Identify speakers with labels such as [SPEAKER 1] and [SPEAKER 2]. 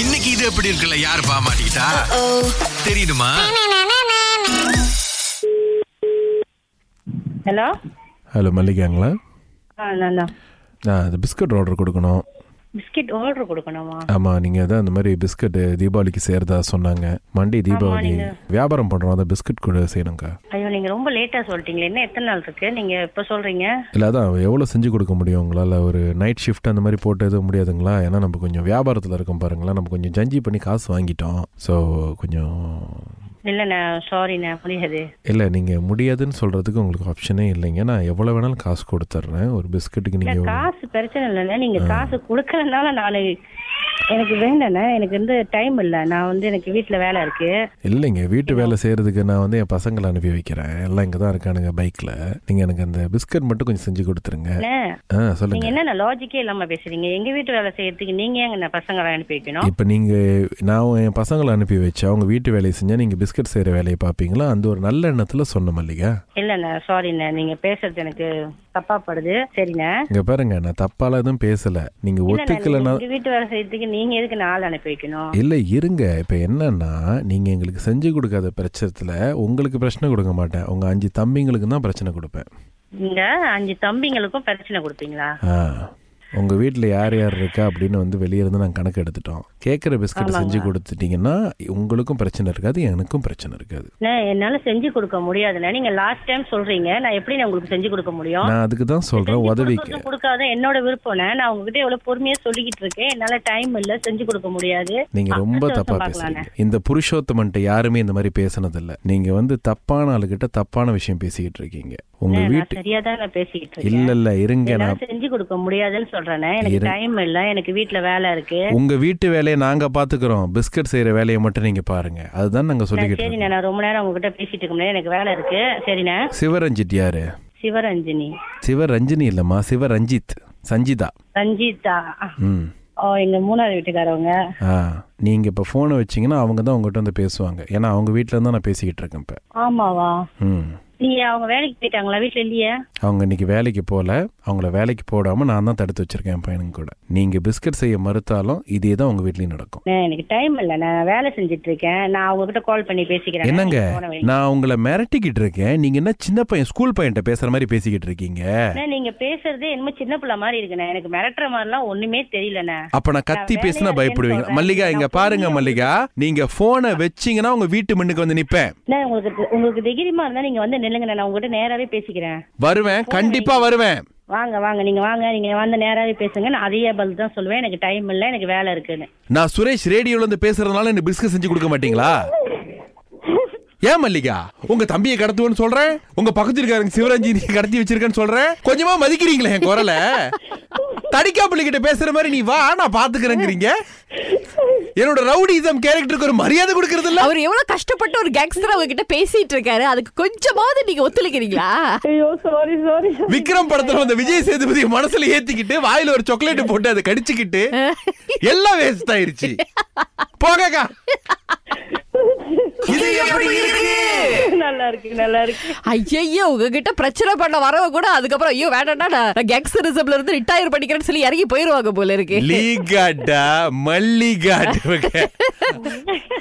[SPEAKER 1] இன்னைக்கு இது எப்படி இருக்குல்ல யார் பாமாட்டா தெரியுமா
[SPEAKER 2] ஹலோ
[SPEAKER 3] ஹலோ மல்லிகாங்களா
[SPEAKER 2] ஆ நான் தான்
[SPEAKER 3] நான் இந்த பிஸ்கட் ஆர்டர் கொடுக்கணும்
[SPEAKER 2] பிஸ்கட் ஆர்டர் கொடுக்கணுமா
[SPEAKER 3] ஆமாம் நீங்கள் தான் இந்த மாதிரி பிஸ்கட் தீபாவளிக்கு சேர்தா சொன்னாங்க மண்டே தீபாவளி வியாபாரம் பண்ணுறோம் அந்த பிஸ்கட் கூட செய்யணுங்க
[SPEAKER 2] ஐயோ நீங்க ரொம்ப லேட்டா சொல்லிட்டீங்களே என்ன எத்தனை நாள் இருக்கு நீங்க இப்ப சொல்றீங்க
[SPEAKER 3] இல்லை அதான் எவ்வளோ செஞ்சு கொடுக்க முடியும் உங்களால் ஒரு நைட் ஷிஃப்ட் அந்த மாதிரி போட்டு எதுவும் முடியாதுங்களா ஏன்னா நம்ம கொஞ்சம் வியாபாரத்தில் இருக்கோம் பாருங்களேன் நம்ம கொஞ்சம் ஜஞ்சி பண்ணி காசு வாங்கிட்டோம் ஸோ கொஞ்சம்
[SPEAKER 2] இல்லண்ணே சாரிண்ணே முடியாது
[SPEAKER 3] இல்லை நீங்கள் முடியாதுன்னு சொல்கிறதுக்கு உங்களுக்கு ஆப்ஷனே இல்லைங்க நான் எவ்வளோ வேணாலும் காசு கொடுத்துட்றேன் ஒரு பிஸ்கட்டுக்கு
[SPEAKER 2] இல்ல
[SPEAKER 3] நீங்கள்
[SPEAKER 2] காசு பிரச்சனை இல்லைண்ணே நீங்க காசு கொடுக்கறதுனால நான் எனக்கு வேண்டண்ணே எனக்கு வந்து டைம் இல்லை நான் வந்து எனக்கு வீட்டுல வேலை இருக்கு
[SPEAKER 3] இல்லைங்க வீட்டு வேலை செய்கிறதுக்கு நான் வந்து என் பசங்களை அனுப்பி வைக்கிறேன் எல்லாம் இங்கே தான் இருக்கானுங்க பைக்கில் நீங்கள் எனக்கு அந்த பிஸ்கட் மட்டும் கொஞ்சம் செஞ்சு கொடுத்துருங்க
[SPEAKER 2] அண்ணே,
[SPEAKER 3] ஆ
[SPEAKER 2] நீங்க
[SPEAKER 3] சொல்லுங்கள்
[SPEAKER 2] என்னென்ன லாஜிக்கே இல்லாம பேசுறீங்க எங்க வீட்டு வேலை செய்யறதுக்கு நீங்க எங்க பசங்களை அனுப்பி வைக்கணும்
[SPEAKER 3] இப்போ நீங்கள் நான் என் பசங்களை அனுப்பி வச்சு அவங்க வீட்டு வேலையை செஞ்சால் நீங்கள் பிஸ்கட் செய்கிற வேலையை பார்ப்பீங்களா அந்த ஒரு நல்ல எண்ணத்தில் சொன்ன மல்லிகா
[SPEAKER 2] இல்லண்ணே சாரிண்ணே நீங்க பேசுறது எனக்கு தப்பா படுது சரிண்ணே
[SPEAKER 3] இங்கே பாருங்க நான் தப்பாலாம் எதுவும் பேசலை
[SPEAKER 2] இல்லண்ணே,
[SPEAKER 3] நீங்கள்
[SPEAKER 2] நீங்க
[SPEAKER 3] ஒத்துக்கலைன்னா
[SPEAKER 2] எங்க வீட்டு வேலை செய்யறதுக்கு நீங்க எதுக்கு நாள் அனுப்பி வைக்கணும்
[SPEAKER 3] இல்லை இருங்க இப்போ என்னன்னா நீங்கள் எங்களுக்கு செஞ்சு கொடுக்காத பிரச்சனத்தில் உங்களுக்கு பிரச்சனை கொடுக்க மாட்டேன் உங்கள் அஞ்சு தம்பிங்களுக்கு தான் பிரச்சனை கொடுப்பேன்
[SPEAKER 2] நீங்க அஞ்சு தம்பிங்களுக்கும் பிரச்சனை கொடுப்பீங்களா
[SPEAKER 3] ஆ உங்கள் வீட்டில் யார் யார் இருக்கா அப்படின்னு வந்து வெளியே இருந்து நாங்கள் கணக்கு எடுத்துட்டோம் கேட்குற பிஸ்கட் செஞ்சு கொடுத்துட்டீங்கன்னா உங்களுக்கும் பிரச்சனை இருக்காது எனக்கும் பிரச்சனை இருக்காது
[SPEAKER 2] அண்ணே, என்னால செஞ்சு கொடுக்க முடியாதுண்ணே நீங்க லாஸ்ட் டைம் சொல்றீங்க நான் எப்படி நான் உங்களுக்கு செஞ்சு கொடுக்க முடியும்
[SPEAKER 3] நான் அதுக்கு தான் சொல்கிறேன் உதவிக்கு
[SPEAKER 2] கொடுக்கறது கொடுக்காத என்னோட விருப்பம்ண்ணே நான் உங்ககிட்ட எவ்வளவு பொறுமையா சொல்லிக்கிட்டு இருக்கேன் என்னால டைம் இல்ல செஞ்சு கொடுக்க முடியாது
[SPEAKER 3] நீங்கள் ரொம்ப
[SPEAKER 2] அடுத்த
[SPEAKER 3] தப்பாக
[SPEAKER 2] வருஷம்
[SPEAKER 3] பேசுறீங்க இந்த புருஷோத்தமன்ட்ட யாருமே இந்த மாதிரி பேசினதில்ல நீங்கள் வந்து தப்பான ஆளுகிட்ட தப்பான விஷயம் பேசிக்கிட்டு இருக்கீங்க உங்கள்
[SPEAKER 2] நான்
[SPEAKER 3] வீட்டு
[SPEAKER 2] சரியா தான் நான் பேசிக்கிட்டு இருக்கேன்
[SPEAKER 3] இல்லை இல்லை இருங்க நான்
[SPEAKER 2] என்னால செஞ்சு கொடுக்க முடியாதுன்னு சொல்றேனே எனக்கு டைம் இல்ல எனக்கு வீட்ல வேலை இருக்கு
[SPEAKER 3] உங்கள் வீட்டு வேலையை நாங்கள் பார்த்துக்குறோம் பிஸ்கட் செய்கிற வேலையை மட்டும் நீங்கள் பாருங்கள் அதுதான் நாங்கள் சொல்லிக்கிட்டு இருக்கோம்
[SPEAKER 2] சரிண்ணே நான் ரொம்ப நேரம் உங்ககிட்ட பேசிட்டு இருக்க முடியாது எனக்கு வேலை இருக்கு சரிண்ணே
[SPEAKER 3] சிவரஞ்சித் யாரு
[SPEAKER 2] சிவரஞ்சினி
[SPEAKER 3] சிவரஞ்சினி இல்லைம்மா சிவரஞ்சித் சஞ்சிதா
[SPEAKER 2] ரஞ்சிதா
[SPEAKER 3] ம்
[SPEAKER 2] ஓ எங்க மூணாவது வீட்டுக்காரவங்க
[SPEAKER 3] ஆ நீங்கள் இப்போ ஃபோனை வச்சிங்கன்னா அவங்க தான் உங்கள்கிட்ட வந்து பேசுவாங்க ஏன்னா அவங்க வீட்டில் தான் நான் பேசிக்கிட்டு இருக்கேன் இப்போ
[SPEAKER 2] ஆமாவா
[SPEAKER 3] ம்
[SPEAKER 2] நீங்க அவங்க வேலைக்கு போயிட்டாங்களா வீட்ல இல்லையே
[SPEAKER 3] அவங்க இன்னைக்கு வேலைக்கு போகல அவங்கள வேலைக்கு போடாமல் நான் தான் தடுத்து வச்சிருக்கேன் என் பையனுக்கு கூட நீங்கள் பிஸ்கட் செய்ய மறுத்தாலும் இதே தான் உங்கள் வீட்லேயும் நடக்கும்
[SPEAKER 2] அண்ணே, எனக்கு டைம் இல்ல நான் வேலை செஞ்சுட்டு இருக்கேன் நான் அவங்க கிட்ட கால் பண்ணி பேசிக்கிறேன்
[SPEAKER 3] என்னங்க
[SPEAKER 2] நீங்க போன வழி.
[SPEAKER 3] நான் உங்களை மிரட்டிக்கிட்டு இருக்கேன் நீங்கள் என்ன சின்ன பையன் ஸ்கூல் பையன்கிட்ட பேசுகிற மாதிரி பேசிக்கிட்டு இருக்கீங்க
[SPEAKER 2] அண்ணே, நீங்க பேசுறதே என்னமோ சின்ன பிள்ளை மாதிரி இருக்குண்ணே எனக்கு மிரட்டுற மாதிரிலாம் ஒண்ணுமே தெரியலண்ணே
[SPEAKER 3] அப்ப நான் கத்தி
[SPEAKER 2] நான்
[SPEAKER 3] பேசினா
[SPEAKER 2] வேலையா
[SPEAKER 3] பயப்படுவீங்க
[SPEAKER 2] இருக்கேன்னு
[SPEAKER 3] மல்லிகா
[SPEAKER 2] சொல்றேன்.
[SPEAKER 3] இங்க பாருங்க மல்லிகா நீங்க போனை வச்சீங்கன்னா உங்க வீட்டு முன்னுக்கு வந்து நிப்பேன்
[SPEAKER 2] அண்ணே, உங்களுக்கு உங்களுக்கு தைரியமா இருந்தா நீங்க வந்து நில்லுங்க நான் உங்ககிட்ட நேராவே பேசிக்கிறேன்
[SPEAKER 3] வருவேன் கண்டிப்பா வருவேன்
[SPEAKER 2] வாங்க வாங்க நீங்க வாங்க நீங்க வந்து நேராவே பேசுங்க நான் அதையே பதில் தான் சொல்லுவேன் எனக்கு டைம் இல்ல எனக்கு வேலை இருக்குன்னு
[SPEAKER 3] நான் சுரேஷ் ரேடியோல இருந்து பேசுறதுனால எனக்கு பிஸ்கட் செஞ்சு கொடுக்க மாட்டீங்களா ஏன் மல்லிகா உங்க தம்பியை கடத்துவேன்னு சொல்றேன் உங்க பக்கத்து இருக்காருங்க சிவராஜி நீ கடத்தி வச்சிருக்கேன்னு சொல்றேன் கொஞ்சமா மதிக்கிறீங்களே என் குரலை தடிக்காப்பள்ளி கிட்ட பேசுற மாதிரி நீ வா நான் பாத்துக்கிறேங்கிறீங்க என்னோட ரவுடிசம் கேரக்டருக்கு ஒரு மரியாதை கொடுக்கறது இல்ல
[SPEAKER 4] அவர் எவ்வளவு கஷ்டப்பட்டு ஒரு கேங்ஸ்டர் அவங்க கிட்ட பேசிட்டு இருக்காரு அதுக்கு கொஞ்சமாவது நீங்க ஒத்துழைக்கிறீங்களா
[SPEAKER 2] ஐயோ சாரி சாரி
[SPEAKER 3] விக்ரம் படத்துல வந்த விஜய் சேதுபதி மனசுல ஏத்திக்கிட்டு வாயில ஒரு சாக்லேட் போட்டு அதை கடிச்சுக்கிட்டு எல்லாம் வேஸ்ட் ஆயிருச்சு போகக்கா இது எப்படி இருக்கு
[SPEAKER 2] நல்லா இருக்கு நல்லா இருக்கு
[SPEAKER 4] ஐயையோ உங்ககிட்ட பிரச்சனை பண்ண வரவ கூட அதுக்கப்புறம் ஐயோ வேண்டாம்டா நான் கேங்ஸ்டரிசம்ல இருந்து ரிட்டையர் பண்ணிக்கிறேன்னு சொல்லி இறங்கி போயிருவாங்க போல இருக்கு
[SPEAKER 3] லீகாடா மல்லிகாட்